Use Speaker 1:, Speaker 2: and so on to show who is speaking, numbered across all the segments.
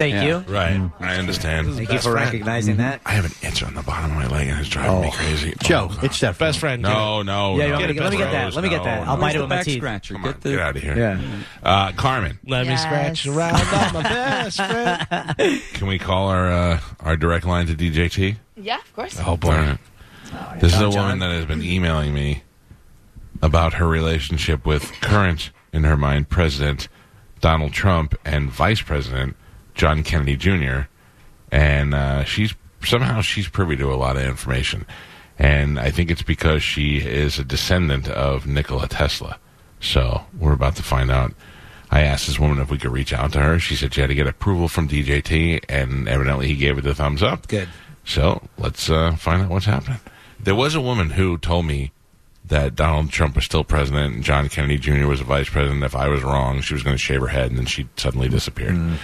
Speaker 1: Thank
Speaker 2: Yeah.
Speaker 1: you.
Speaker 3: Right. I understand.
Speaker 1: Mm. Thank you for recognizing that.
Speaker 3: I have an itch on the bottom of my leg and it's driving
Speaker 1: Oh.
Speaker 3: me crazy. Oh,
Speaker 4: Joe,
Speaker 3: God.
Speaker 4: it's that
Speaker 2: Best friend.
Speaker 3: No, no.
Speaker 1: Yeah,
Speaker 3: no.
Speaker 1: you want me to- let me get that.
Speaker 3: Rose,
Speaker 1: Let me get that.
Speaker 3: no,
Speaker 1: I'll
Speaker 3: no.
Speaker 1: bite it
Speaker 4: the
Speaker 1: with my
Speaker 4: back
Speaker 1: teeth.
Speaker 4: scratcher.
Speaker 3: Come on,
Speaker 4: Get the
Speaker 3: get out of here.
Speaker 1: Yeah.
Speaker 3: Uh, Carmen,
Speaker 2: Let
Speaker 5: Yes.
Speaker 2: me scratch around on my best friend.
Speaker 3: can we call our uh, our direct line to DJT?
Speaker 5: Yeah, of course.
Speaker 3: Oh boy. This is a
Speaker 1: John, John.
Speaker 3: woman that has been emailing me about her relationship with current, in her mind, President Donald Trump and Vice President John Kennedy Jr. And uh, she's somehow she's privy to a lot of information, and I think it's because she is a descendant of Nikola Tesla. So we're about to find out. I asked this woman if we could reach out to her. She said she had to get approval from DJT, and evidently he gave her the thumbs up.
Speaker 1: Good.
Speaker 3: So let's uh, find out what's happening. There was a woman who told me that Donald Trump was still president and John Kennedy Jr. was a vice president. If I was wrong, she was going to shave her head, and then she suddenly disappeared.
Speaker 1: Mm.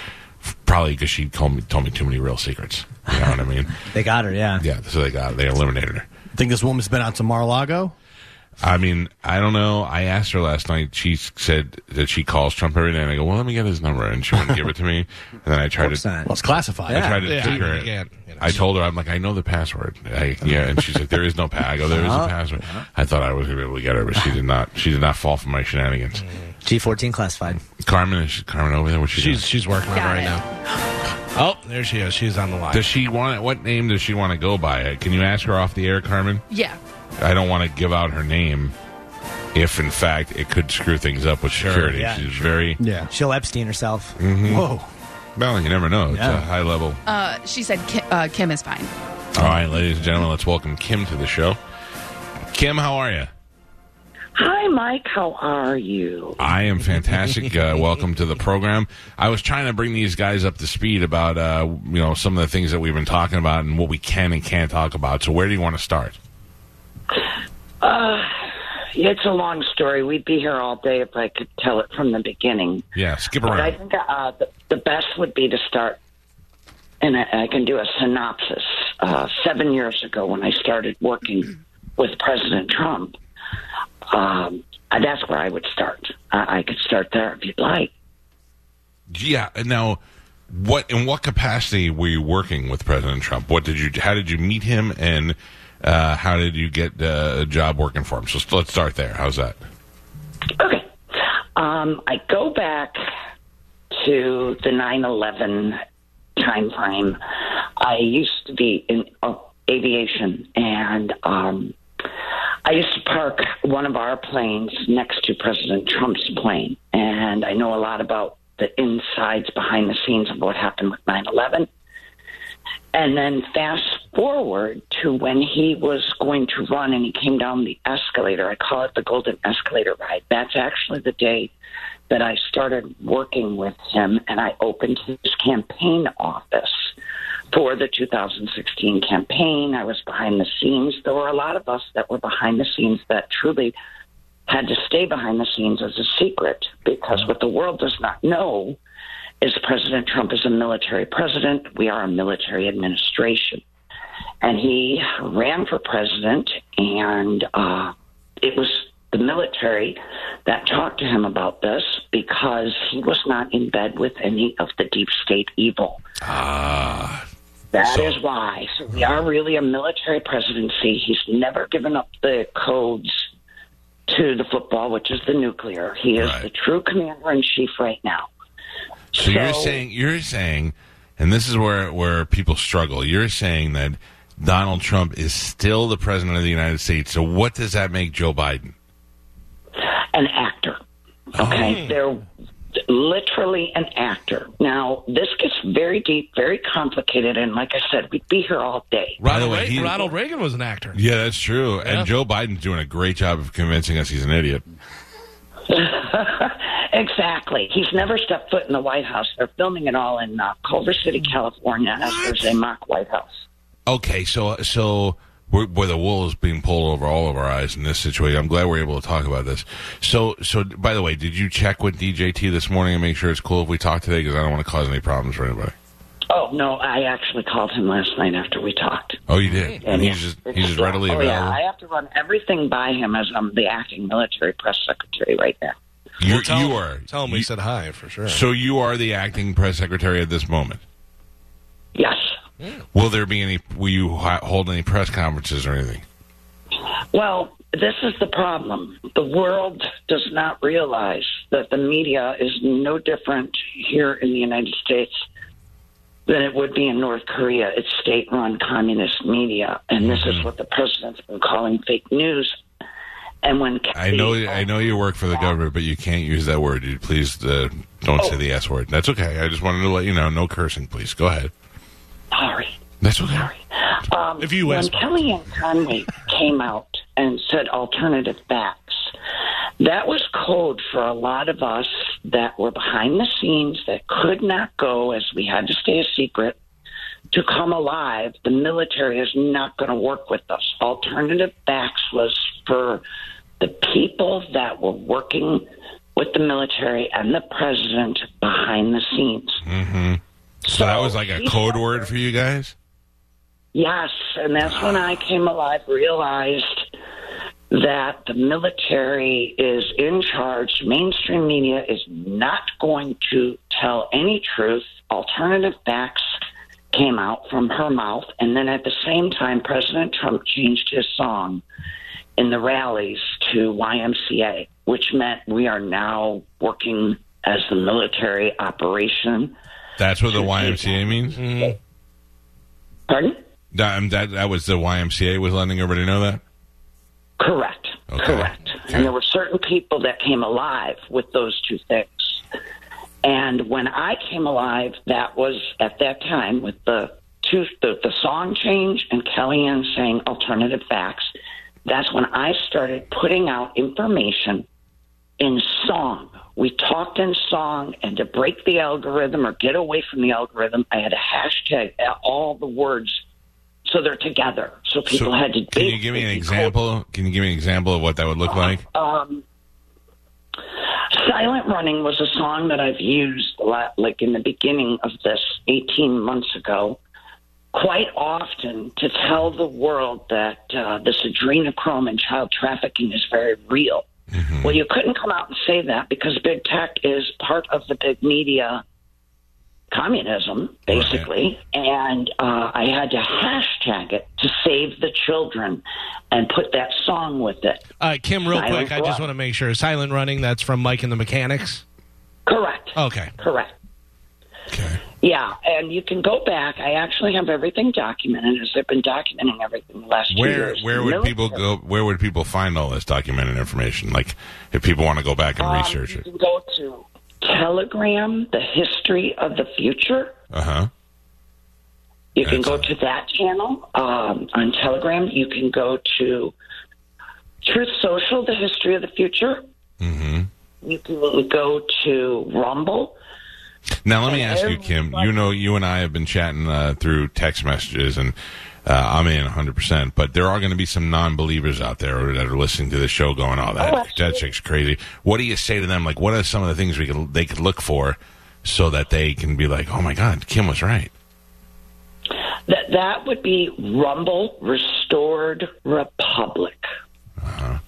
Speaker 3: F- Probably because she told me told me too many real secrets. You know what I mean?
Speaker 1: They got her, yeah.
Speaker 3: Yeah. So they got they eliminated her.
Speaker 4: Think this woman's been out to Mar-a-Lago?
Speaker 3: I mean, I don't know. I asked her last night. She s- said that she calls Trump every day, and I go, "Well, let me get his number," and she wouldn't give it to me. And then I tried
Speaker 1: Course
Speaker 3: to
Speaker 1: not.
Speaker 4: Well, it's classified.
Speaker 3: I tried to
Speaker 2: Yeah,
Speaker 3: trick her.
Speaker 2: you can't, you know.
Speaker 3: I told her, I'm like, I know the password. I, yeah, and she's like, there is no pa I go, there is a password. I thought I was going to be able to get her, but she did not. She did not fall for my shenanigans.
Speaker 1: G14 classified.
Speaker 3: Carmen is she, Carmen over there? What she
Speaker 2: She's
Speaker 3: doing?
Speaker 2: she's working on it
Speaker 5: Got
Speaker 2: right
Speaker 5: it.
Speaker 2: now. Oh, there she is. She's on the line.
Speaker 3: Does she want? What name does she want to go by? Uh, Can you ask her off the air, Carmen?
Speaker 5: Yeah.
Speaker 3: I don't want to give out her name. If in fact it could screw things up with security,
Speaker 1: yeah.
Speaker 3: she's very
Speaker 4: Yeah.
Speaker 1: She'll Epstein herself.
Speaker 4: Whoa.
Speaker 3: well. You never know. It's a
Speaker 1: Yeah.
Speaker 3: high level.
Speaker 5: Uh, she said Ki- uh, Kim is fine.
Speaker 3: All right, ladies and gentlemen, let's welcome Kim to the show. Kim, how are you?
Speaker 6: Hi, Mike. How are you?
Speaker 3: I am fantastic. Uh, welcome to the program. I was trying to bring these guys up to speed about uh, you know some of the things that we've been talking about and what we can and can't talk about. So where do you want to start?
Speaker 6: It's a long story. We'd be here all day if I could tell it from the beginning.
Speaker 3: Yeah, skip
Speaker 6: But I
Speaker 3: around.
Speaker 6: think uh, the, the best would be to start, and I, I can do a synopsis. Uh, seven years ago, when I started working with President Trump, um, uh, that's where I would start. I, I could start there if you'd like.
Speaker 3: Yeah. Now, what in what capacity were you working with President Trump? What did you? How did you meet him? And uh, how did you get uh, a job working for him? So st- let's start there. How's that?
Speaker 6: Okay. Um, I go back to the 9 11 time frame. I used to be in uh, aviation, and um, I used to park one of our planes next to President Trump's plane. And I know a lot about the insides behind the scenes of what happened with 9 11. And then fast forward to when he was going to run and he came down the escalator. I call it the Golden Escalator Ride. That's actually the day that I started working with him and I opened his campaign office for the 2016 campaign. I was behind the scenes. There were a lot of us that were behind the scenes that truly had to stay behind the scenes as a secret because what the world does not know is President Trump is a military president. We are a military administration. And he ran for president, and uh, it was the military that talked to him about this because he was not in bed with any of the deep state evil.
Speaker 3: Ah,
Speaker 6: That
Speaker 3: So-
Speaker 6: is why. So we are really a military presidency. He's never given up the codes to the football, which is the nuclear. He is
Speaker 3: Right.
Speaker 6: the true commander in chief right now.
Speaker 3: So you're
Speaker 6: So-
Speaker 3: saying you're saying, and this is where where people struggle. You're saying that Donald Trump is still the president of the United States. So what does that make Joe Biden?
Speaker 6: an actor.
Speaker 3: Hmm.
Speaker 6: Okay, they're literally an actor. Now, this gets very deep, very complicated, and like I said, we'd be here all day.
Speaker 3: By the
Speaker 2: Ronald,
Speaker 3: way,
Speaker 2: Reagan,
Speaker 3: he-
Speaker 2: Ronald Reagan was an actor.
Speaker 3: Yeah, that's true.
Speaker 2: Yeah.
Speaker 3: And Joe Biden's doing a great job of convincing us he's an idiot.
Speaker 6: Exactly. He's never stepped foot in the White House. They're filming it all in uh, Culver City, California, as there's a mock White House.
Speaker 3: Okay, so so we're, where the wool is being pulled over all of our eyes in this situation. I'm glad we're able to talk about this. So so by the way, did you check with DJT this morning and make sure it's cool if we talk today? Because I don't want to cause any problems for anybody.
Speaker 6: Oh, no, I actually called him last night after we talked.
Speaker 3: Oh, you did. And he's just
Speaker 6: It's-
Speaker 3: he's just readily
Speaker 6: oh,
Speaker 3: available.
Speaker 6: um, Yeah, I have to run everything by him as I'm the acting military press secretary right now.
Speaker 3: You're,
Speaker 2: Well, tell
Speaker 3: you
Speaker 2: him-
Speaker 3: are.
Speaker 2: Tell him
Speaker 3: you-
Speaker 2: we said hi for sure.
Speaker 3: So you are the acting press secretary at this moment.
Speaker 6: Yes.
Speaker 3: Will there be any? Will you hi- hold any press conferences or anything?
Speaker 6: Well, this is the problem. The world does not realize that the media is no different here in the United States than it would be in North Korea. It's state run communist media. And this
Speaker 3: Mm-hmm.
Speaker 6: is what the president's been calling fake news. And when
Speaker 3: I know, I know you work for
Speaker 6: Oh.
Speaker 3: the government, but you can't use that word. You please uh, don't say the S word. That's okay. I just wanted to let you know. No cursing, please. Go ahead.
Speaker 6: Sorry.
Speaker 3: That's okay.
Speaker 2: if you
Speaker 6: Um, when
Speaker 2: ask,
Speaker 6: Kellyanne Conway came out and said alternative facts, that was code for a lot of us that were behind the scenes that could not go as we had to stay a secret to come alive. The military is not going to work with us. Alternative facts was for the people that were working with the military and the president behind the scenes.
Speaker 3: So that was like a code word for you guys.
Speaker 6: Yes, and that's when I came alive, realized that the military is in charge. Mainstream media is not going to tell any truth. Alternative facts came out from her mouth. And then at the same time, President Trump changed his song in the rallies to YMCA, which meant we are now working as the military operation.
Speaker 3: That's what the YMCA means.
Speaker 6: Pardon?
Speaker 3: That, um, that that was the YMCA was letting everybody know that.
Speaker 6: Correct.
Speaker 3: Okay.
Speaker 6: Correct.
Speaker 3: Okay.
Speaker 6: And there were certain people that came alive with those two things. And when I came alive, that was at that time with the two the, the song change and Kellyanne saying alternative facts. That's when I started putting out information in song. We talked in song, and to break the algorithm or get away from the algorithm, I had a hashtag uh, all the words so they're together. So people
Speaker 3: So
Speaker 6: had to.
Speaker 3: can you give me an
Speaker 6: basically code
Speaker 3: example? Can you give me an example of what that would look like?
Speaker 6: um, Silent Running was a song that I've used a lot, like in the beginning of this 18 months ago, quite often to tell the world that uh, this adrenochrome and child trafficking is very real. Well, you couldn't come out and say that because big tech is part of the big media communism, basically. And uh, I had to hashtag it to save the children and put that song with it.
Speaker 2: uh, Kim, real
Speaker 6: Silent
Speaker 2: quick, I just
Speaker 6: Run.
Speaker 2: want to make sure. Silent running. That's from Mike and the Mechanics.
Speaker 6: Correct.
Speaker 2: Okay.
Speaker 6: Correct.
Speaker 3: Okay.
Speaker 6: Yeah, and you can go back. I actually have everything documented as I've been documenting everything the last two
Speaker 3: Where
Speaker 6: years.
Speaker 3: where would
Speaker 6: Military-
Speaker 3: people go? Where would people find all this documented information? Like, if people want to go back and
Speaker 6: Um,
Speaker 3: research
Speaker 6: you
Speaker 3: it.
Speaker 6: can go to Telegram, the history of the future.
Speaker 3: Uh huh.
Speaker 6: You can go
Speaker 3: Excellent.
Speaker 6: to that channel um, on Telegram. You can go to Truth Social, the history of the future.
Speaker 3: hmm
Speaker 6: You can go to Rumble.
Speaker 3: Now let me ask you, Kim. You know, you and I have been chatting uh, through text messages, and uh, I'm in 100. percent But there are going to be some non-believers out there that are listening to the show, going, "Oh, that that chick's crazy." What do you say to them? Like, what are some of the things we could they could look for so that they can be like, "Oh my God, Kim was right."
Speaker 6: That that would be Rumble Restored Republic.
Speaker 3: Uh-huh.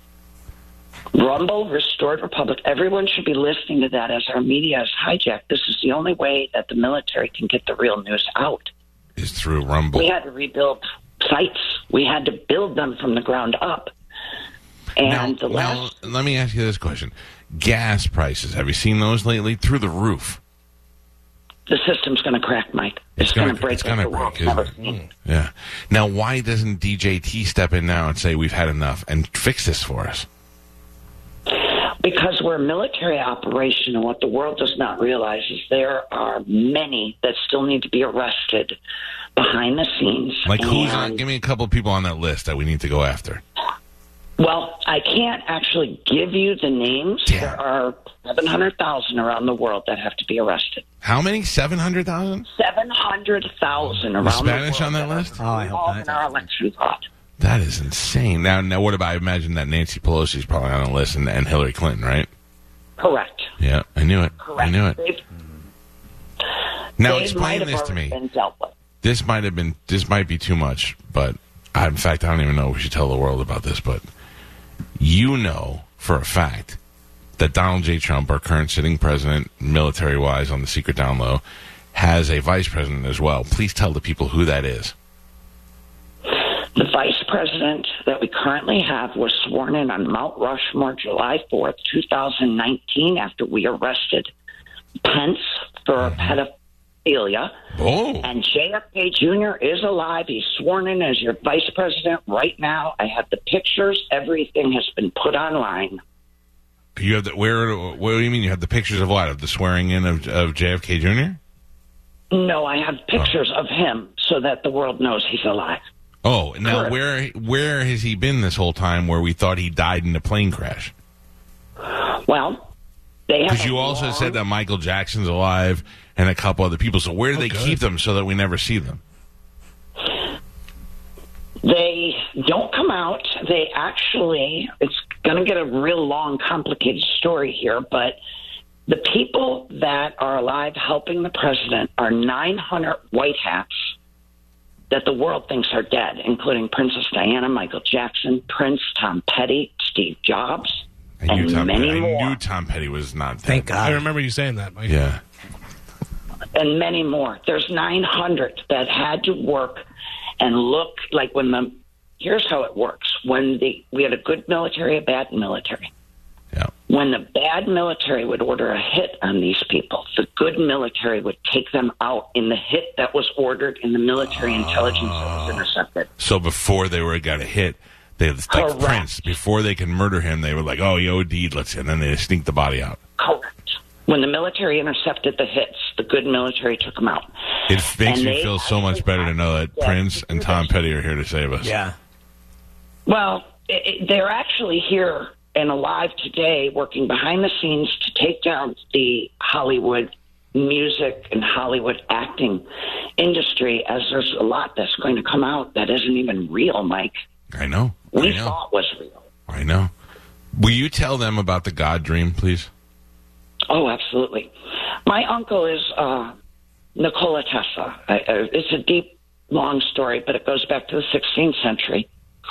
Speaker 6: Rumble Restored Republic. Everyone should be listening to that as our media is hijacked. This is the only way that the military can get the real news out.
Speaker 3: Is through Rumble.
Speaker 6: We had to rebuild sites. We had to build them from the ground up. And the
Speaker 3: now,
Speaker 6: last
Speaker 3: let me ask you this question: Gas prices. Have you seen those lately? Through the roof.
Speaker 6: the system's going to crack, Mike. It's,
Speaker 3: gonna-
Speaker 6: going to break.
Speaker 3: it's gonna
Speaker 6: like the
Speaker 3: break,
Speaker 6: world's never
Speaker 3: isn't
Speaker 6: seen.
Speaker 3: Yeah. Now, why doesn't DJT step in now and say we've had enough and fix this for us?
Speaker 6: Because we're a military operation, and what the world does not realize is there are many that still need to be arrested behind the scenes.
Speaker 3: Like, who's on?
Speaker 6: And-
Speaker 3: Give me a couple people on that list that we need to go after.
Speaker 6: Well, I can't actually give you the names.
Speaker 3: Damn.
Speaker 6: There are 700,000 around the world that have to be arrested.
Speaker 3: How many? Seven hundred thousand?
Speaker 6: 700,000 around
Speaker 3: Spanish
Speaker 6: the
Speaker 3: on
Speaker 6: world.
Speaker 3: that list?
Speaker 1: Oh, I
Speaker 6: all
Speaker 1: hope
Speaker 6: in our
Speaker 1: not.
Speaker 6: election fraud.
Speaker 3: That is insane. Now, now, what about? I imagine that Nancy Pelosi's probably on the list, and, and Hillary Clinton, right?
Speaker 6: Correct.
Speaker 3: Yeah, I knew it.
Speaker 6: Correct.
Speaker 3: I knew it.
Speaker 6: They've-
Speaker 3: Now,
Speaker 6: they might
Speaker 3: explain
Speaker 6: have
Speaker 3: this to
Speaker 6: already
Speaker 3: me.
Speaker 6: Been dealt with.
Speaker 3: this might have been this might be too much, but I, in fact, I don't even know if we should tell the world about this. But you know for a fact that Donald J. Trump, our current sitting president, military wise on the secret down low, has a vice president as well. Please tell the people who that is.
Speaker 6: The vice president that we currently have was sworn in on Mount Rushmore July 4th, 2019, after we arrested Pence for pedophilia.
Speaker 3: Oh,
Speaker 6: And JFK Jr. is alive. He's sworn in as your vice president right now. I have the pictures. Everything has been put online.
Speaker 3: you have the where? What do you mean? You have the pictures of what? Of the swearing in of, of JFK Jr.
Speaker 6: No, I have pictures of him so that the world knows he's alive.
Speaker 3: Oh, now
Speaker 6: Correct.
Speaker 3: where where has he been this whole time? Where we thought he died in a plane crash?
Speaker 6: Well, they have.
Speaker 3: Because you
Speaker 6: a
Speaker 3: also
Speaker 6: long-
Speaker 3: said that Michael Jackson's alive and a couple other people. So
Speaker 1: Oh,
Speaker 3: where do they keep them so that we never see them?
Speaker 6: They don't come out. They actually, it's going to get a real long, complicated story here, but the people that are alive helping the president are 900 white hats that the world thinks are dead, including Princess Diana, Michael Jackson, Prince, Tom Petty, Steve Jobs,
Speaker 3: I knew
Speaker 6: and
Speaker 3: Tom.
Speaker 6: many
Speaker 3: Petty,
Speaker 6: more.
Speaker 3: I knew Tom Petty was not. Dead.
Speaker 1: Thank
Speaker 2: I
Speaker 1: God.
Speaker 2: remember you saying that, Mike.
Speaker 3: Yeah.
Speaker 6: and many more. There's 900 that had to work and look like when the here's how it works. When the we had a good military, a bad military.
Speaker 3: Yeah.
Speaker 6: When the bad military would order a hit on these people, the good military would take them out in the hit that was ordered in the military intelligence that was intercepted.
Speaker 3: So before they were got a hit, they like
Speaker 6: Correct.
Speaker 3: Prince. Before they could murder him, they were like, "Oh, he OD'd. Let's." And then they sneaked the body out.
Speaker 6: Correct. When the military intercepted the hits, the good military took them out.
Speaker 3: It makes
Speaker 6: And
Speaker 3: you
Speaker 6: they
Speaker 3: feel so much
Speaker 6: actually
Speaker 3: better to know that
Speaker 6: had to
Speaker 3: Prince
Speaker 6: do
Speaker 3: and
Speaker 6: this.
Speaker 3: Tom Petty are here to save us.
Speaker 1: yeah.
Speaker 6: Well, it, it, they're actually here and alive today, working behind the scenes to take down the Hollywood music and Hollywood acting industry. As there's a lot that's going to come out that isn't even real, Mike.
Speaker 3: I know. I
Speaker 6: We
Speaker 3: know.
Speaker 6: thought was real.
Speaker 3: I know. Will you tell them about the God dream, please?
Speaker 6: Oh, absolutely. My uncle is uh, Nikola Tesla. I, I, it's a deep, long story, but it goes back to the 16th century.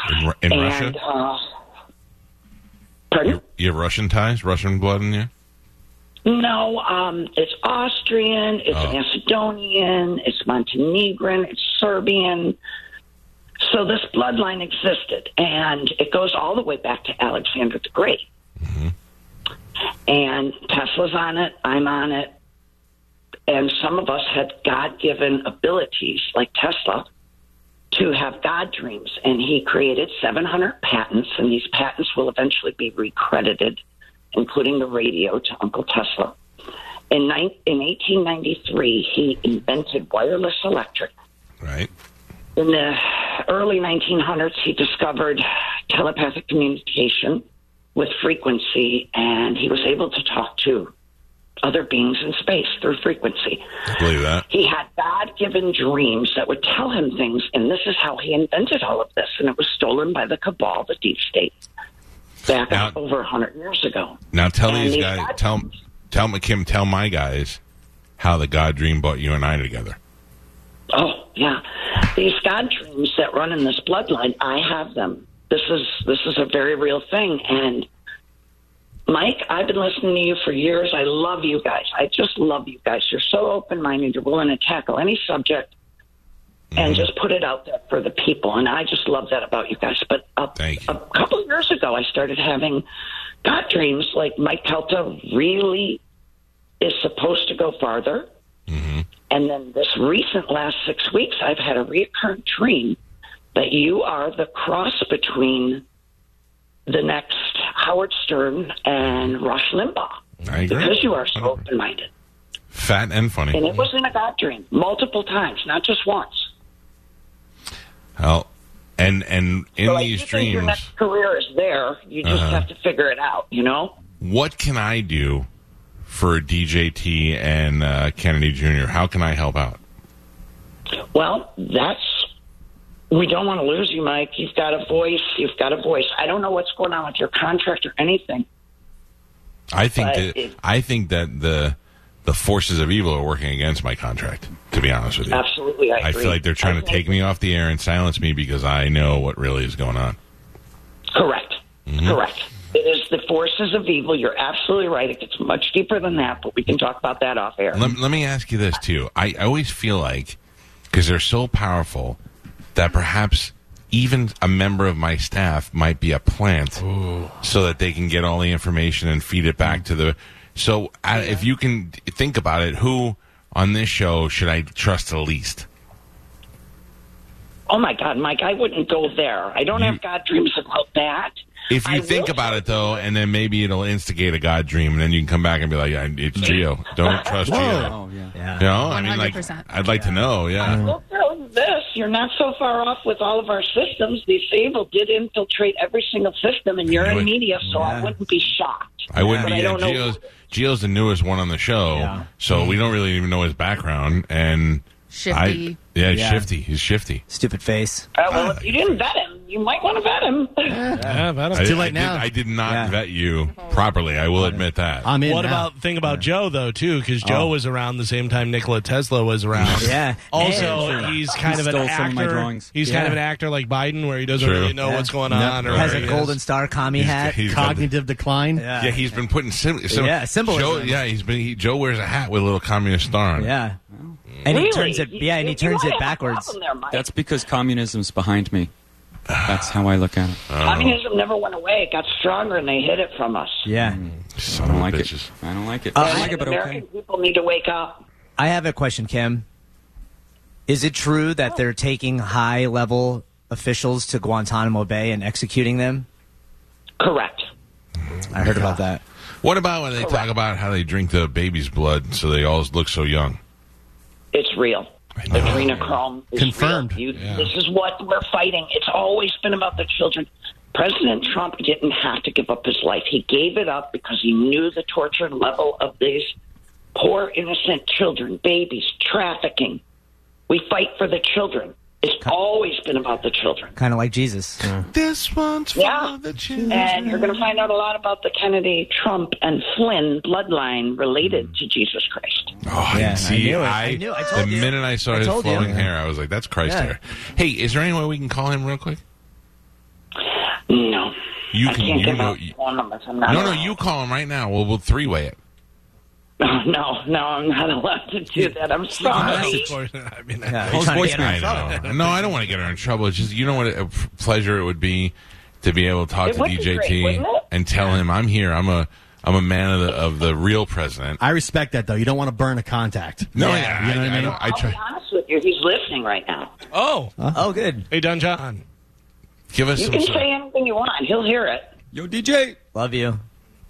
Speaker 3: In, Ru- in
Speaker 6: and,
Speaker 3: Russia,
Speaker 6: Uh, pardon?
Speaker 3: you have Russian ties, Russian blood in you.
Speaker 6: No, um, it's Austrian, it's
Speaker 3: Oh.
Speaker 6: Macedonian, it's Montenegrin, it's Serbian. So this bloodline existed, and it goes all the way back to Alexander the Great. And Tesla's on it, I'm on it, and some of us had God given abilities, like Tesla, to have God dreams. And he created 700 patents, and these patents will eventually be recredited, including the radio to Uncle Tesla. In, nine in 1893, he invented wireless electric.
Speaker 3: Right.
Speaker 6: In the early 1900s, he discovered telepathic communication with frequency, and he was able to talk to other beings in space through frequency.
Speaker 3: I believe that.
Speaker 6: He had God given dreams that would tell him things, and this is how he invented all of this. And it was stolen by the cabal, the deep state, back
Speaker 3: Now-
Speaker 6: over 100 years ago.
Speaker 3: Now tell
Speaker 6: And
Speaker 3: these
Speaker 6: these
Speaker 3: guys,
Speaker 6: God-
Speaker 3: tell tell my- Kim, tell my guys how the God dream brought you and I together.
Speaker 6: Oh, yeah. These God dreams that run in this bloodline, I have them. This is this is a very real thing. And Mike, I've been listening to you for years. I love you guys. I just love you guys. You're so open minded. You're willing to tackle any subject
Speaker 3: Mm-hmm.
Speaker 6: and just put it out there for the people. And I just love that about you guys. But a,
Speaker 3: Thank you.
Speaker 6: a couple of years ago, I started having God dreams like Mike Calta really is supposed to go farther. And then this recent last six weeks, I've had a recurrent dream that you are the cross between the next Howard Stern and Rush Limbaugh
Speaker 3: I agree.
Speaker 6: because you are so open minded.
Speaker 3: Fat and funny.
Speaker 6: And it was in a God dream multiple times, not just once.
Speaker 3: Well, and and in
Speaker 6: So I do
Speaker 3: these
Speaker 6: think your
Speaker 3: dreams, Uh-huh.
Speaker 6: next career is there. You just have to figure it out, you know?
Speaker 3: what can I do for DJT and uh, Kennedy Jr.? How can I help out?
Speaker 6: Well, that's. We don't want to lose you, Mike. You've got a voice. You've got a voice. I don't know what's going on with your contract or anything.
Speaker 3: I think
Speaker 6: But
Speaker 3: that
Speaker 6: it-
Speaker 3: I think that the the forces of evil are working against my contract. To be honest with you,
Speaker 6: Absolutely, I,
Speaker 3: I
Speaker 6: agree.
Speaker 3: feel like they're trying to
Speaker 6: Okay.
Speaker 3: take me off the air and silence me because I know what really is going on.
Speaker 1: Mm-hmm.
Speaker 6: Correct. Correct. It is the forces of evil. You're absolutely right. It gets much deeper than that, but we can talk about that off air.
Speaker 3: Let, let me ask you this too. I always feel like because they're so powerful that perhaps even a member of my staff might be a plant, so that they can get all the information and feed it back to the. So I if you can think about it, who on this show should I trust the least?
Speaker 6: Oh my God, Mike, I wouldn't go there. I don't have God dreams about that.
Speaker 3: If you
Speaker 6: I
Speaker 3: think
Speaker 6: will-
Speaker 3: about it though, and then maybe it'll instigate a god dream, and then you can come back and be like, "I- "It's Geo. Don't trust Geo."
Speaker 1: Yeah.
Speaker 3: You know, I mean, like,
Speaker 5: 100%.
Speaker 3: I'd like to know. Yeah.
Speaker 6: Well, tell you this, you're not so far off with all of our systems. This evil did infiltrate every single system, and you're
Speaker 3: knew it.
Speaker 6: in media, so I
Speaker 1: Yeah.
Speaker 6: wouldn't be shocked.
Speaker 3: I wouldn't
Speaker 6: But
Speaker 3: be.
Speaker 6: I don't know-
Speaker 3: Geo's, Geo's the newest one on the show,
Speaker 1: Yeah.
Speaker 3: so we don't really even know his background. And
Speaker 5: Shifty.
Speaker 3: I, yeah,
Speaker 1: Yeah.
Speaker 3: shifty. He's shifty.
Speaker 1: Stupid face.
Speaker 6: Uh, well, if you didn't vet him, you might want to vet him.
Speaker 2: Yeah, I don't-
Speaker 3: I-
Speaker 4: too
Speaker 3: I
Speaker 4: late
Speaker 3: did-
Speaker 4: now.
Speaker 3: I did not
Speaker 1: Yeah.
Speaker 3: vet you properly. I will admit that.
Speaker 4: I'm in.
Speaker 2: what
Speaker 4: now.
Speaker 2: about thing about Joe though too? Because Joe was around the same time Nikola Tesla was around.
Speaker 1: Yeah.
Speaker 2: Also,
Speaker 1: And-
Speaker 2: he's kind
Speaker 7: He
Speaker 2: of an
Speaker 7: stole some
Speaker 2: actor.
Speaker 7: of my drawings.
Speaker 2: He's kind
Speaker 1: Yeah.
Speaker 2: of an actor like Biden, where he doesn't
Speaker 3: True.
Speaker 2: really know
Speaker 1: Yeah.
Speaker 2: what's going
Speaker 1: No.
Speaker 2: on. Or
Speaker 1: has
Speaker 2: where he
Speaker 1: a golden
Speaker 2: is.
Speaker 1: star commie
Speaker 3: He's-
Speaker 1: hat.
Speaker 3: he's got the-
Speaker 4: cognitive decline?
Speaker 1: yeah.
Speaker 3: yeah, he's been putting sim, sim,
Speaker 1: Yeah, symbolism.
Speaker 3: Joe, yeah, he's been. He, Joe wears a hat with a little communist star on. it.
Speaker 1: Yeah. And
Speaker 6: really?
Speaker 1: he turns it. Yeah, and he
Speaker 6: You- you
Speaker 1: turns
Speaker 6: might
Speaker 1: it
Speaker 6: have a
Speaker 1: backwards.
Speaker 6: problem There, Mike.
Speaker 7: That's because communism's behind me. That's how I look at it.
Speaker 6: Communism never went away. It got stronger, and they hid it from us.
Speaker 1: Yeah.
Speaker 3: Son
Speaker 7: I don't
Speaker 3: of
Speaker 7: like
Speaker 3: bitches.
Speaker 7: it. I don't like it.
Speaker 1: Uh,
Speaker 7: I
Speaker 6: And
Speaker 7: like it, but
Speaker 6: American
Speaker 7: okay.
Speaker 6: people need to wake up.
Speaker 1: I have a question, Kim. Is it true
Speaker 6: Oh.
Speaker 1: that they're taking high level officials to Guantanamo Bay and executing them?
Speaker 6: Correct.
Speaker 1: I heard about that.
Speaker 3: What about when they talk about how they drink the baby's blood so they always look so young?
Speaker 6: It's real. Adrenochrome is
Speaker 4: Confirmed.
Speaker 6: real. You, This is what we're fighting. It's always been about the children. President Trump didn't have to give up his life. He gave it up because he knew the torture level of these poor, innocent children, babies, trafficking. We fight for the children. It's always been about the children.
Speaker 1: Kind of like Jesus.
Speaker 3: This one's for
Speaker 6: Yeah.
Speaker 3: the children.
Speaker 6: And you're going to find out a lot about the Kennedy, Trump, and Flynn bloodline related to Jesus Christ.
Speaker 3: Oh,
Speaker 1: Yeah,
Speaker 3: and
Speaker 1: I
Speaker 3: see, I,
Speaker 1: knew it. I knew it. I told
Speaker 3: the
Speaker 1: you.
Speaker 3: minute I saw
Speaker 1: I
Speaker 3: his
Speaker 1: told you.
Speaker 3: flowing hair, I was like, "That's Christ
Speaker 1: Yeah.
Speaker 3: hair." Hey, is there any way we can call him real quick?
Speaker 6: No.
Speaker 3: You
Speaker 6: I
Speaker 3: can.
Speaker 6: can't
Speaker 3: you
Speaker 6: give
Speaker 3: know-
Speaker 6: out
Speaker 3: Mm-hmm. you-
Speaker 6: phone numbers. I'm not
Speaker 3: no, no,
Speaker 6: allowed.
Speaker 3: you call him right now. We'll, we'll three way it.
Speaker 6: Oh, no, no, I'm not allowed to do that. I'm sorry.
Speaker 2: Of course, I mean,
Speaker 1: Yeah,
Speaker 2: I-
Speaker 1: he's trying to get her
Speaker 3: I
Speaker 1: in trouble.
Speaker 3: know. no, I don't want to get her in trouble. It's just you know what a f- pleasure it would be to be able to talk
Speaker 6: It
Speaker 3: to
Speaker 6: would be
Speaker 3: DJT
Speaker 6: great, wouldn't it?
Speaker 3: and tell him I'm here. I'm a I'm a man of the of the real president.
Speaker 4: I respect that though. You don't want to burn a contact.
Speaker 3: No, yeah,
Speaker 4: Yeah, you
Speaker 3: I,
Speaker 4: know what I
Speaker 3: I
Speaker 4: mean?
Speaker 3: don't- I
Speaker 6: I'll be
Speaker 3: try.
Speaker 6: honest with you. He's listening right now.
Speaker 2: oh,
Speaker 1: Oh, good.
Speaker 2: hey, Don John.
Speaker 3: Give us
Speaker 6: You
Speaker 3: some.
Speaker 6: can
Speaker 3: sort-
Speaker 6: say anything you want. He'll hear it.
Speaker 7: Yo, DJ.
Speaker 1: Love you.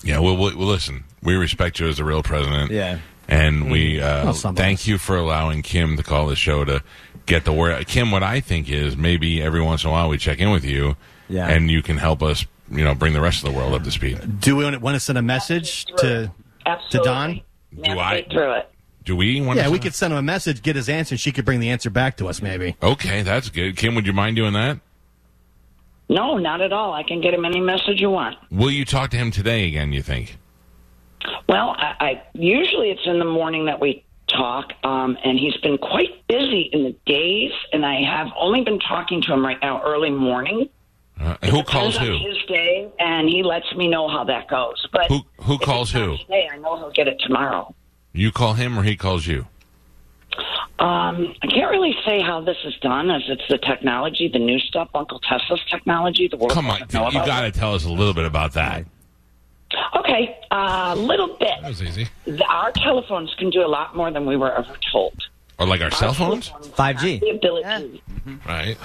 Speaker 3: Yeah, well, well, well, listen, we respect you as a real president.
Speaker 1: Yeah.
Speaker 3: And we uh,
Speaker 4: Mm. Well, some of
Speaker 3: thank
Speaker 4: us.
Speaker 3: you for allowing Kim to call the show to get the word. Kim, what I think is maybe every once in a while we check in with you
Speaker 1: Yeah.
Speaker 3: and you can help us, you know, bring the rest of the world up to speed.
Speaker 4: Do we want to send a message to?
Speaker 6: Absolutely.
Speaker 4: Don?
Speaker 6: Navigate
Speaker 3: Do I-
Speaker 6: through it.
Speaker 3: Do we want
Speaker 4: Yeah,
Speaker 3: to?
Speaker 4: we could send him a message, get his answer, and she could bring the answer back to us. Maybe.
Speaker 3: Okay, that's good. Kim, would you mind doing that?
Speaker 6: No, not at all. I can get him any message you want.
Speaker 3: Will you talk to him today again, you think?
Speaker 6: Well, I, I usually it's in the morning that we talk, um, and he's been quite busy in the days, and I have only been talking to him right now early morning.
Speaker 3: Uh, who calls
Speaker 6: Depends
Speaker 3: who?
Speaker 6: on His day, and he lets me know how that goes. But
Speaker 3: Who- who
Speaker 6: if
Speaker 3: calls
Speaker 6: it's not
Speaker 3: who?
Speaker 6: Today, I know he'll get it tomorrow.
Speaker 3: You call him or he calls you?
Speaker 6: Um, I can't really say how this is done, as it's the technology, the new stuff, Uncle Tesla's technology. The world
Speaker 3: Come on,
Speaker 6: doesn't know
Speaker 3: you
Speaker 6: about
Speaker 3: got to
Speaker 6: it.
Speaker 3: tell us a little bit about that.
Speaker 6: Okay, a little
Speaker 2: That
Speaker 6: bit.
Speaker 2: was easy.
Speaker 6: The- Our telephones can do a lot more than we were ever told.
Speaker 3: Or like our cell phones?
Speaker 1: 5G.
Speaker 6: The ability.
Speaker 3: Right.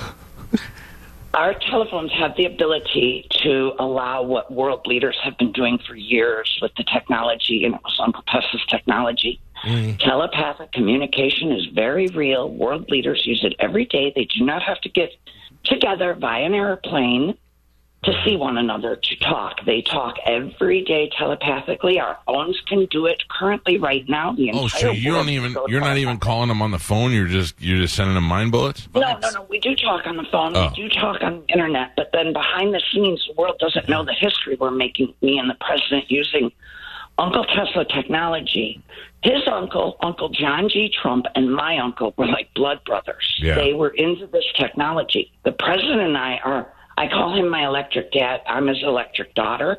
Speaker 6: Our telephones have the ability to allow what world leaders have been doing for years with the technology, and it was Uncle Tessa's technology.
Speaker 3: Mm-hmm.
Speaker 6: Telepathic communication is very real. World leaders use it every day. They do not have to get together by an airplane to see one another to talk. They talk every day telepathically. Our phones can do it currently right now. The
Speaker 3: Oh,
Speaker 6: entire
Speaker 3: so you
Speaker 6: world
Speaker 3: don't even
Speaker 6: goes
Speaker 3: you're not even
Speaker 6: telepathic.
Speaker 3: calling them on the phone. You're just you're just sending them mind bullets.
Speaker 6: No, no, no. We do talk on the phone.
Speaker 3: Oh.
Speaker 6: We do talk on the internet. But then behind the scenes, the world doesn't know the history we're making. Me and the president using Uncle Tesla technology. His uncle, Uncle John G. Trump, and my uncle were like blood brothers.
Speaker 3: Yeah.
Speaker 6: They were into this technology. The president and I are I call him my electric dad. I'm his electric daughter.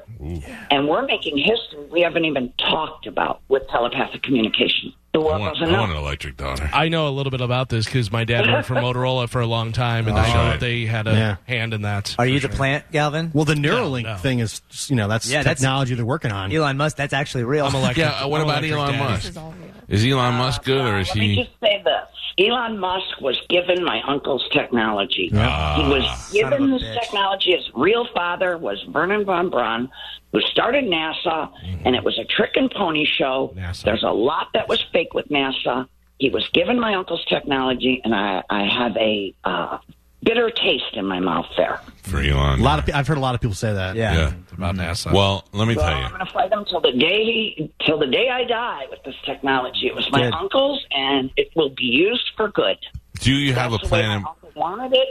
Speaker 6: And we're making history we haven't even talked about with telepathic communication. The
Speaker 3: I
Speaker 6: world
Speaker 3: want,
Speaker 6: doesn't
Speaker 3: I want an
Speaker 6: know.
Speaker 3: electric daughter.
Speaker 2: I know a little bit about this because my dad worked for Motorola for a long time, and I know that they had a
Speaker 4: Yeah.
Speaker 2: hand in that.
Speaker 1: Are you the plant, Galvin?
Speaker 4: Well, the Neuralink
Speaker 2: No, no.
Speaker 4: thing is, you know, that's
Speaker 1: Yeah, that's-
Speaker 4: technology they're working on.
Speaker 1: Elon Musk, that's actually real.
Speaker 2: I'm electric.
Speaker 3: Yeah, uh, what
Speaker 2: I'm
Speaker 3: about
Speaker 2: electric
Speaker 3: Elon
Speaker 2: daddy.
Speaker 3: Musk?
Speaker 5: This is all real.
Speaker 3: Is Elon Musk good or is
Speaker 6: Uh, Let me
Speaker 3: he?
Speaker 6: just say this. Elon Musk was given my uncle's technology. he
Speaker 3: Ah.
Speaker 6: was
Speaker 1: of a
Speaker 6: given this
Speaker 1: bitch.
Speaker 6: technology. His real father was Vernon von Braun, who started NASA,
Speaker 3: Mm-hmm.
Speaker 6: and it was a trick and pony show.
Speaker 2: NASA.
Speaker 6: There's a lot that was fake with NASA. He was given my uncle's technology, and I, I have a uh, bitter taste in my mouth there.
Speaker 3: For Elon.
Speaker 4: A lot of pe- I've heard a lot of people say that.
Speaker 1: yeah.
Speaker 3: Yeah.
Speaker 2: About NASA.
Speaker 3: Well, let me
Speaker 6: Well,
Speaker 3: tell
Speaker 6: I'm
Speaker 3: you.
Speaker 6: going to fight him till the day he, till the day I die with this technology. It was my
Speaker 4: Good.
Speaker 6: uncle's, and it will be used for good.
Speaker 3: Do you have a
Speaker 6: That's the way
Speaker 3: plan?
Speaker 6: My uncle wanted it.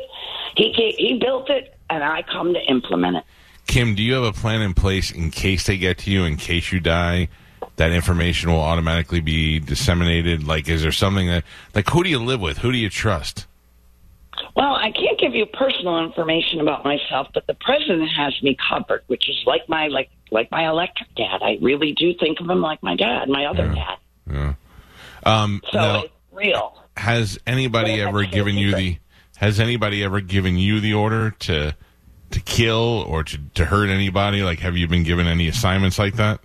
Speaker 6: He ca- he built it, and I come to implement it.
Speaker 3: Kim, do you have a plan in place in case they get to you, in case you die? That information will automatically be disseminated. Like, is there something that, like, who do you live with? Who do you trust?
Speaker 6: Well, I can't give you personal information about myself, but the president has me covered, which is like my like like my electric dad. I really do think of him like my dad, my other dad.
Speaker 3: Um,
Speaker 6: So
Speaker 3: now,
Speaker 6: it's real.
Speaker 3: has anybody
Speaker 6: Yeah,
Speaker 3: ever
Speaker 6: that's
Speaker 3: given
Speaker 6: a
Speaker 3: you the
Speaker 6: secret.
Speaker 3: has anybody ever given you the order to to kill or to, to hurt anybody like have you been given any assignments like that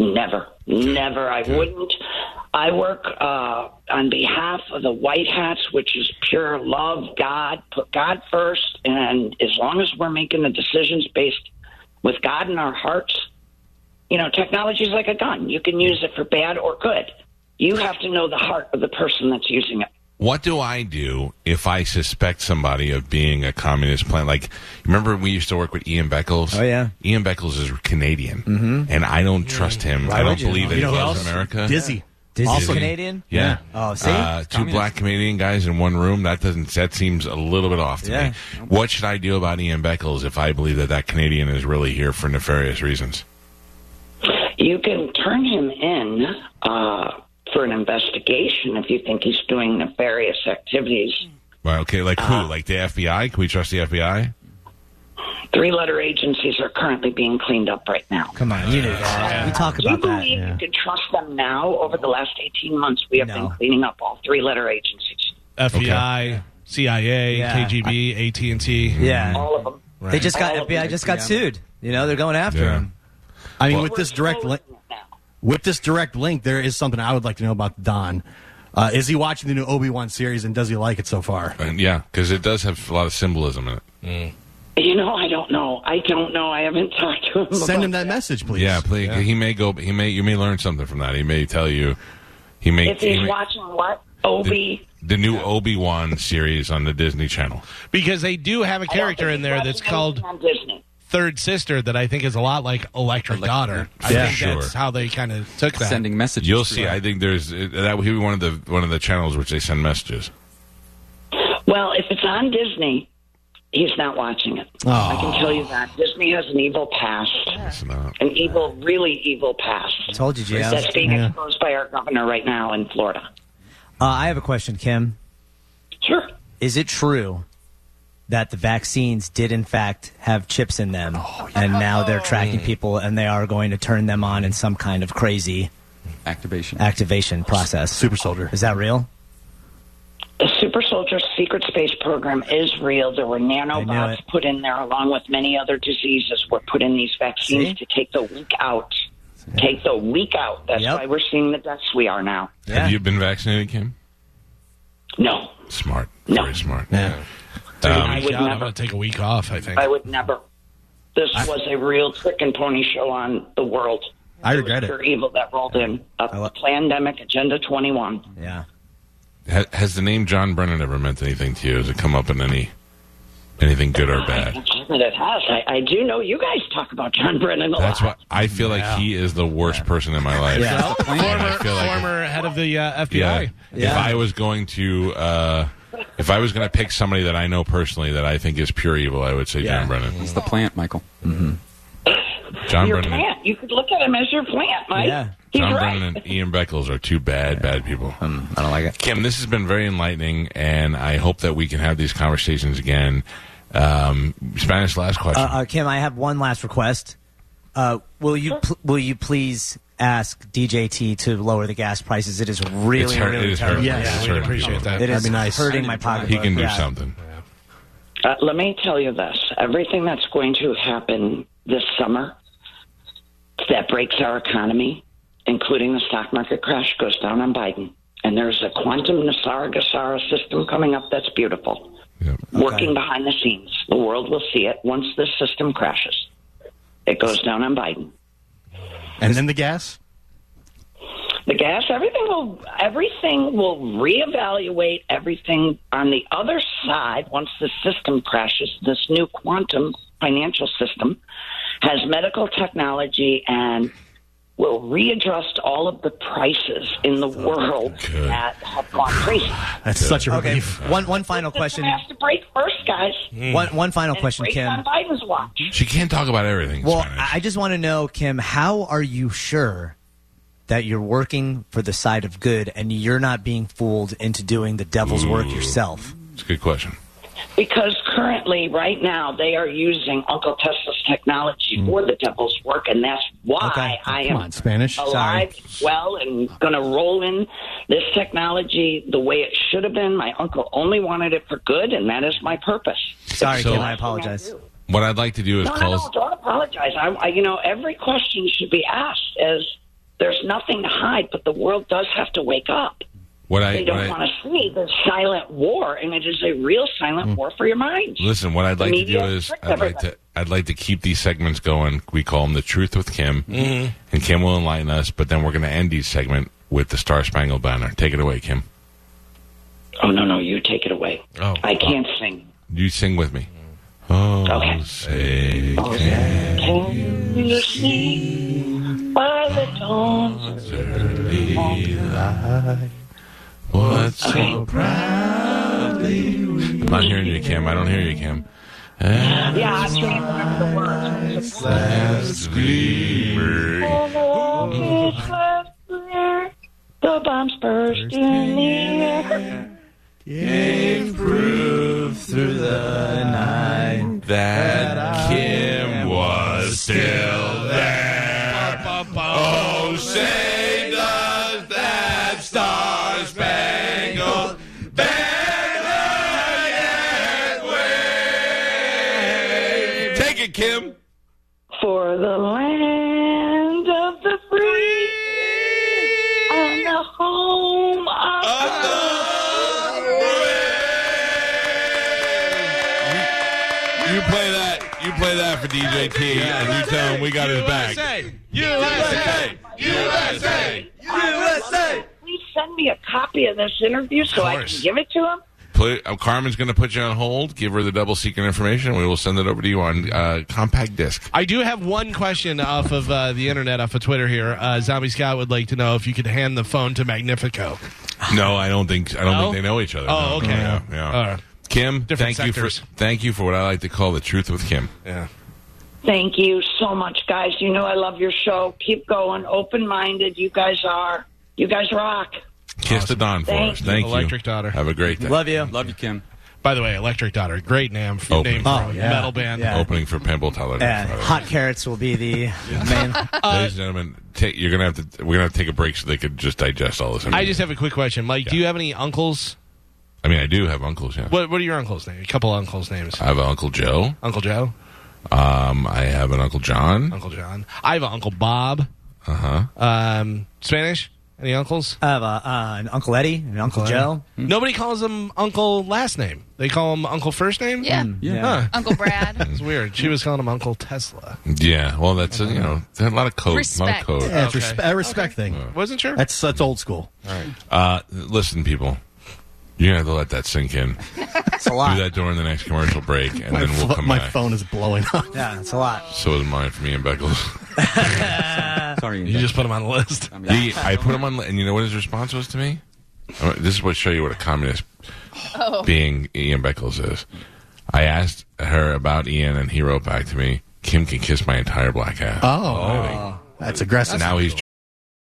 Speaker 6: Never, never. I wouldn't. I work uh, on behalf of the White Hats, which is pure love, God, put God first. And as long as we're making the decisions based with God in our hearts, you know, technology is like a gun. You can use it for bad or good. You have to know the heart of the person that's using it.
Speaker 3: what do i do if i suspect somebody of being a communist plant like remember we used to work with ian beckles
Speaker 1: Oh, yeah.
Speaker 3: ian beckles is canadian and i don't trust him i don't
Speaker 1: would you?
Speaker 3: believe that
Speaker 4: You
Speaker 3: he
Speaker 4: know who
Speaker 3: loves
Speaker 4: else?
Speaker 3: america
Speaker 4: Dizzy.
Speaker 1: Dizzy's
Speaker 4: Also-
Speaker 1: Canadian?
Speaker 3: Yeah.
Speaker 1: Oh, see?
Speaker 3: Uh, two black Canadian guys in one room. That doesn't. That seems a little bit off to
Speaker 1: Yeah.
Speaker 3: me. What should I do about Ian Beckles if I believe that that Canadian is really here for nefarious reasons?
Speaker 6: You can turn him in uh, for an investigation if you think he's doing nefarious activities.
Speaker 3: Well, okay, like who?
Speaker 1: Uh,
Speaker 3: Like the FBI? Can we trust the FBI?
Speaker 6: Three letter agencies are currently being cleaned up right now.
Speaker 1: Come on, you knew that. We talk
Speaker 6: Do you
Speaker 1: about that.
Speaker 6: believe you can trust them now? Over the last 18 months, we have
Speaker 1: No.
Speaker 6: been cleaning up all three letter agencies,
Speaker 2: FBI, CIA,
Speaker 1: Yeah.
Speaker 2: KGB, AT and T.
Speaker 1: Yeah.
Speaker 6: all of them.
Speaker 1: They just got
Speaker 6: All of
Speaker 1: FBI
Speaker 6: them.
Speaker 1: just got sued. You know, they're going after
Speaker 3: Yeah.
Speaker 1: him.
Speaker 4: I mean, with
Speaker 6: We're
Speaker 4: this direct
Speaker 6: exposing
Speaker 4: link,
Speaker 6: it now.
Speaker 4: with this direct link, there is something I would like to know about Don. Uh, is he watching the new Obi Wan series and does he like it so far?
Speaker 3: And yeah, because it does have a lot of symbolism in it.
Speaker 6: You know, I don't know. I don't know. I haven't talked to him.
Speaker 4: Send
Speaker 6: about
Speaker 4: him that message, please.
Speaker 3: Yeah, please. He may go. He may. You may learn something from that. He may tell you. He may.
Speaker 6: If
Speaker 3: he
Speaker 6: he's
Speaker 3: may-
Speaker 6: watching what? Obi.
Speaker 3: the new Obi Wan series on the Disney Channel.
Speaker 2: Because they do have a
Speaker 6: I don't
Speaker 2: character
Speaker 6: think
Speaker 2: in
Speaker 6: he's
Speaker 2: there
Speaker 6: watching
Speaker 2: that's called
Speaker 6: anything on Disney.
Speaker 2: Third Sister that I think is a lot like Electric Daughter. I
Speaker 4: Yeah.
Speaker 2: think
Speaker 3: Sure.
Speaker 2: that's how they kind of took that.
Speaker 7: Sending messages.
Speaker 3: You'll
Speaker 7: through
Speaker 3: see.
Speaker 7: it.
Speaker 3: I think there's uh, that would be one of the one of the channels which they send messages.
Speaker 6: Well, if it's on Disney, he's not watching it. I can tell you that. Disney has an evil past,
Speaker 3: Listen up.
Speaker 6: an evil, really evil past
Speaker 1: Told you, Gio.
Speaker 6: that's being
Speaker 4: Yeah.
Speaker 6: exposed by our governor right now in Florida.
Speaker 1: Uh, I have a question, Kim.
Speaker 6: Sure.
Speaker 1: Is it true that the vaccines did in fact have chips in them, and now they're tracking people, and they are going to turn them on in some kind of crazy
Speaker 7: activation.
Speaker 1: activation process?
Speaker 4: Super soldier.
Speaker 1: Is that real?
Speaker 6: The Super Soldier Secret Space Program is real. There were
Speaker 1: I knew
Speaker 6: nanobots
Speaker 1: it.
Speaker 6: put in there along with many other diseases were put in these vaccines
Speaker 1: See?
Speaker 6: to take the weak out. Take the weak out. That's
Speaker 1: Yep.
Speaker 6: why we're seeing the deaths we are now.
Speaker 1: Yeah.
Speaker 3: Have you been vaccinated, Kim?
Speaker 6: No,
Speaker 3: Smart.
Speaker 6: No.
Speaker 3: Very smart.
Speaker 4: Yeah.
Speaker 2: Take a
Speaker 3: Um,
Speaker 2: week
Speaker 6: I would
Speaker 2: out. I'm
Speaker 6: never-
Speaker 2: going to take a week off. I think.
Speaker 6: I would never. This was a real trick and pony show on the world.
Speaker 4: I regret
Speaker 6: Pure
Speaker 4: it.
Speaker 6: evil that rolled in. A
Speaker 1: lo-
Speaker 6: pandemic agenda 21.
Speaker 1: Yeah.
Speaker 3: Ha- has the name John Brennan ever meant anything to you? Has it come up in any anything good or bad?
Speaker 6: That it has. I, I do know you guys talk about John Brennan a
Speaker 3: That's
Speaker 6: lot.
Speaker 3: why I feel like he is the worst person in my life.
Speaker 1: Yeah.
Speaker 3: And I
Speaker 2: former
Speaker 3: feel like-
Speaker 2: former head of the uh, FBI.
Speaker 3: yeah. If
Speaker 1: Yeah.
Speaker 3: I was going to, uh, if I was going to pick somebody that I know personally that I think is pure evil, I would say
Speaker 1: Yeah.
Speaker 3: John Brennan.
Speaker 7: It's the plant, Michael.
Speaker 3: John
Speaker 6: your
Speaker 3: Brennan.
Speaker 6: plant. You could look at him as your plant, Mike.
Speaker 1: Yeah.
Speaker 6: He's
Speaker 3: John
Speaker 6: right.
Speaker 3: Brennan and Ian Beckles are two bad, bad people.
Speaker 1: I don't like it.
Speaker 3: Kim, this has been very enlightening, and I hope that we can have these conversations again. Um, Spanish last question.
Speaker 1: Uh, Kim, I have one last request. Uh, will you pl- will you please ask DJT to lower the gas prices? It is really
Speaker 3: it's hurt.
Speaker 1: really
Speaker 3: It is hurt.
Speaker 1: terrible.
Speaker 4: Yeah,
Speaker 3: It's
Speaker 4: yeah,
Speaker 2: we
Speaker 3: hurting
Speaker 2: appreciate
Speaker 3: people.
Speaker 2: that.
Speaker 1: It is
Speaker 4: be nice.
Speaker 1: hurting my pocket.
Speaker 3: He can do something.
Speaker 6: Uh, let me tell you this everything that's going to happen this summer that breaks our economy, including the stock market crash, goes down on Biden. And there's a quantum Nassar Gassara system coming up that's beautiful,
Speaker 3: Yep.
Speaker 6: working behind the scenes. The world will see it once this system crashes. It goes down on Biden.
Speaker 4: And then the gas?
Speaker 6: the gas everything will everything will reevaluate everything on the other side once the system crashes this new quantum financial system has medical technology and will readjust all of the prices in the world
Speaker 3: Good.
Speaker 6: that have gone crazy
Speaker 4: That's such a
Speaker 1: Okay,
Speaker 4: relief.
Speaker 1: one one final
Speaker 6: System
Speaker 1: question.
Speaker 6: has to break first guys
Speaker 1: One one final
Speaker 6: And it
Speaker 1: question,
Speaker 6: breaks
Speaker 1: Kim.
Speaker 6: on biden's watch
Speaker 3: She can't talk about everything. in
Speaker 1: Well,
Speaker 3: Spanish.
Speaker 1: I I just want to know, Kim, how are you sure that you're working for the side of good and you're not being fooled into doing the devil's work yourself?
Speaker 3: it's a good question.
Speaker 6: Because currently, right now, they are using Uncle Tesla's technology for the devil's work, and that's why
Speaker 1: Okay.
Speaker 6: I
Speaker 4: Hmm. Come
Speaker 6: am
Speaker 4: on, Spanish.
Speaker 6: alive, well, and going to roll in this technology the way it should have been. My uncle only wanted it for good, and that is my purpose.
Speaker 1: Sorry,
Speaker 3: So-
Speaker 1: Kim, I apologize.
Speaker 3: What I'd like to do is
Speaker 6: No, no,
Speaker 3: call.
Speaker 6: no, don't apologize. I, I, you know, every question should be asked as there's nothing to hide, but the world does have to wake up.
Speaker 3: What I,
Speaker 6: They
Speaker 3: what
Speaker 6: don't
Speaker 3: I-
Speaker 6: want to see the silent war, and it is a real
Speaker 4: Hmm.
Speaker 6: silent war for your mind.
Speaker 3: Listen, what I'd like to do
Speaker 6: media
Speaker 3: is
Speaker 6: tricked
Speaker 3: I'd like
Speaker 6: everybody.
Speaker 3: to I'd like to keep these segments going. We call them the Truth with Kim, mm-hmm. and Kim will enlighten us. But then we're going to end each segment with the Star Spangled Banner. Take it away, Kim.
Speaker 6: Oh no, no, you take it away.
Speaker 3: Oh.
Speaker 6: I can't sing.
Speaker 3: You sing with me. Oh,
Speaker 6: Okay.
Speaker 3: say
Speaker 6: Can you sing by the dawn's
Speaker 3: early light, what so proudly. I'm not hearing you, Kim. I don't hear you, Kim.
Speaker 6: Yeah, I can't remember the words.
Speaker 3: Screamer.
Speaker 6: The world is left clear. The bombs burst in the air.
Speaker 3: that Kim was still there. Oh, say does that star spangled banner yet wave? Take it, Kim.
Speaker 6: For the land of the free and the home of
Speaker 3: You play that. You play that for DJ T, and you tell him we got his back. USA, USA.
Speaker 6: Please send me a copy of this interview so I
Speaker 3: course.
Speaker 6: can give it to him.
Speaker 3: Play, uh, Carmen's going to put you on hold. Give her the double secret information. We will send it over to you on uh, compact disc.
Speaker 2: I do have one question off of uh, the internet, off of Twitter here. Uh, Zombie Scott would like to know if you could hand the phone to Magnifico.
Speaker 3: No, I don't think I don't
Speaker 2: No?
Speaker 3: think they know each other.
Speaker 2: Oh,
Speaker 3: no.
Speaker 2: okay.
Speaker 3: Yeah, yeah.
Speaker 2: All right.
Speaker 3: Kim,
Speaker 2: Different
Speaker 3: thank
Speaker 2: sectors.
Speaker 3: you for thank you for what I like to call the truth with Kim.
Speaker 2: Yeah.
Speaker 6: Thank you so much, guys. You know I love your show. Keep going. Open minded. You guys are. You guys rock.
Speaker 3: Kiss the Don for
Speaker 6: Thank
Speaker 3: us.
Speaker 6: you.
Speaker 3: Thank you,
Speaker 2: Electric Daughter.
Speaker 3: Have a great day.
Speaker 1: Love you.
Speaker 7: Love you, Kim.
Speaker 2: By the way, Electric Daughter, great name for,
Speaker 3: Open.
Speaker 2: name for
Speaker 4: Oh,
Speaker 2: a
Speaker 4: yeah.
Speaker 2: metal band.
Speaker 1: Yeah.
Speaker 3: Opening for Pimple Teller.
Speaker 1: Yeah, hot carrots will be the main.
Speaker 3: Ladies and gentlemen, ta- you're gonna have to. We're gonna have to take a break so they could just digest all this.
Speaker 2: I just have a quick question, Mike. Do you have any uncles?
Speaker 3: I mean, I do have uncles. Yeah.
Speaker 2: What What are your uncles' names? A couple uncles' names.
Speaker 3: I have an Uncle Joe.
Speaker 2: Uncle Joe,
Speaker 3: Um, I have an Uncle John.
Speaker 2: Uncle John. I have an Uncle Bob.
Speaker 3: Uh huh.
Speaker 2: Um, Spanish? Any uncles?
Speaker 1: I have a, uh, an Uncle Eddie and an Uncle Joe.
Speaker 2: Nobody calls him Uncle last name. They call him Uncle first name.
Speaker 5: Yeah.
Speaker 7: Yeah.
Speaker 2: Huh.
Speaker 5: Uncle Brad.
Speaker 2: It's weird. She was calling him Uncle Tesla.
Speaker 3: Yeah. Well, that's uh, you know there are a lot of code. A lot of
Speaker 5: Respect.
Speaker 3: code.
Speaker 4: Yeah, it's
Speaker 2: Okay.
Speaker 4: respe- a respect thing.
Speaker 2: Wasn't sure.
Speaker 4: That's, that's old school.
Speaker 3: Uh, listen, people, you're gonna have to let that sink in.
Speaker 1: It's a
Speaker 3: Do
Speaker 1: lot.
Speaker 3: that during the next commercial break, and
Speaker 4: My,
Speaker 3: then we'll
Speaker 4: pho-
Speaker 3: come
Speaker 4: my
Speaker 3: back.
Speaker 4: phone is blowing up.
Speaker 1: Yeah, it's a lot.
Speaker 3: So is mine for me and Beckles.
Speaker 7: Sorry.
Speaker 2: you just put him on the list.
Speaker 7: I'm-
Speaker 3: He- I put him on, and you know what his response was to me? Uh, This is what show you what a communist
Speaker 5: Oh.
Speaker 3: being Ian Beckles is. I asked her about Ian, and he wrote back to me, "Kim can kiss my entire black ass."
Speaker 4: Oh, that's aggressive.
Speaker 3: now he's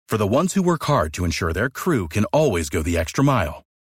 Speaker 8: For the ones who work hard to ensure their crew can always go the extra mile,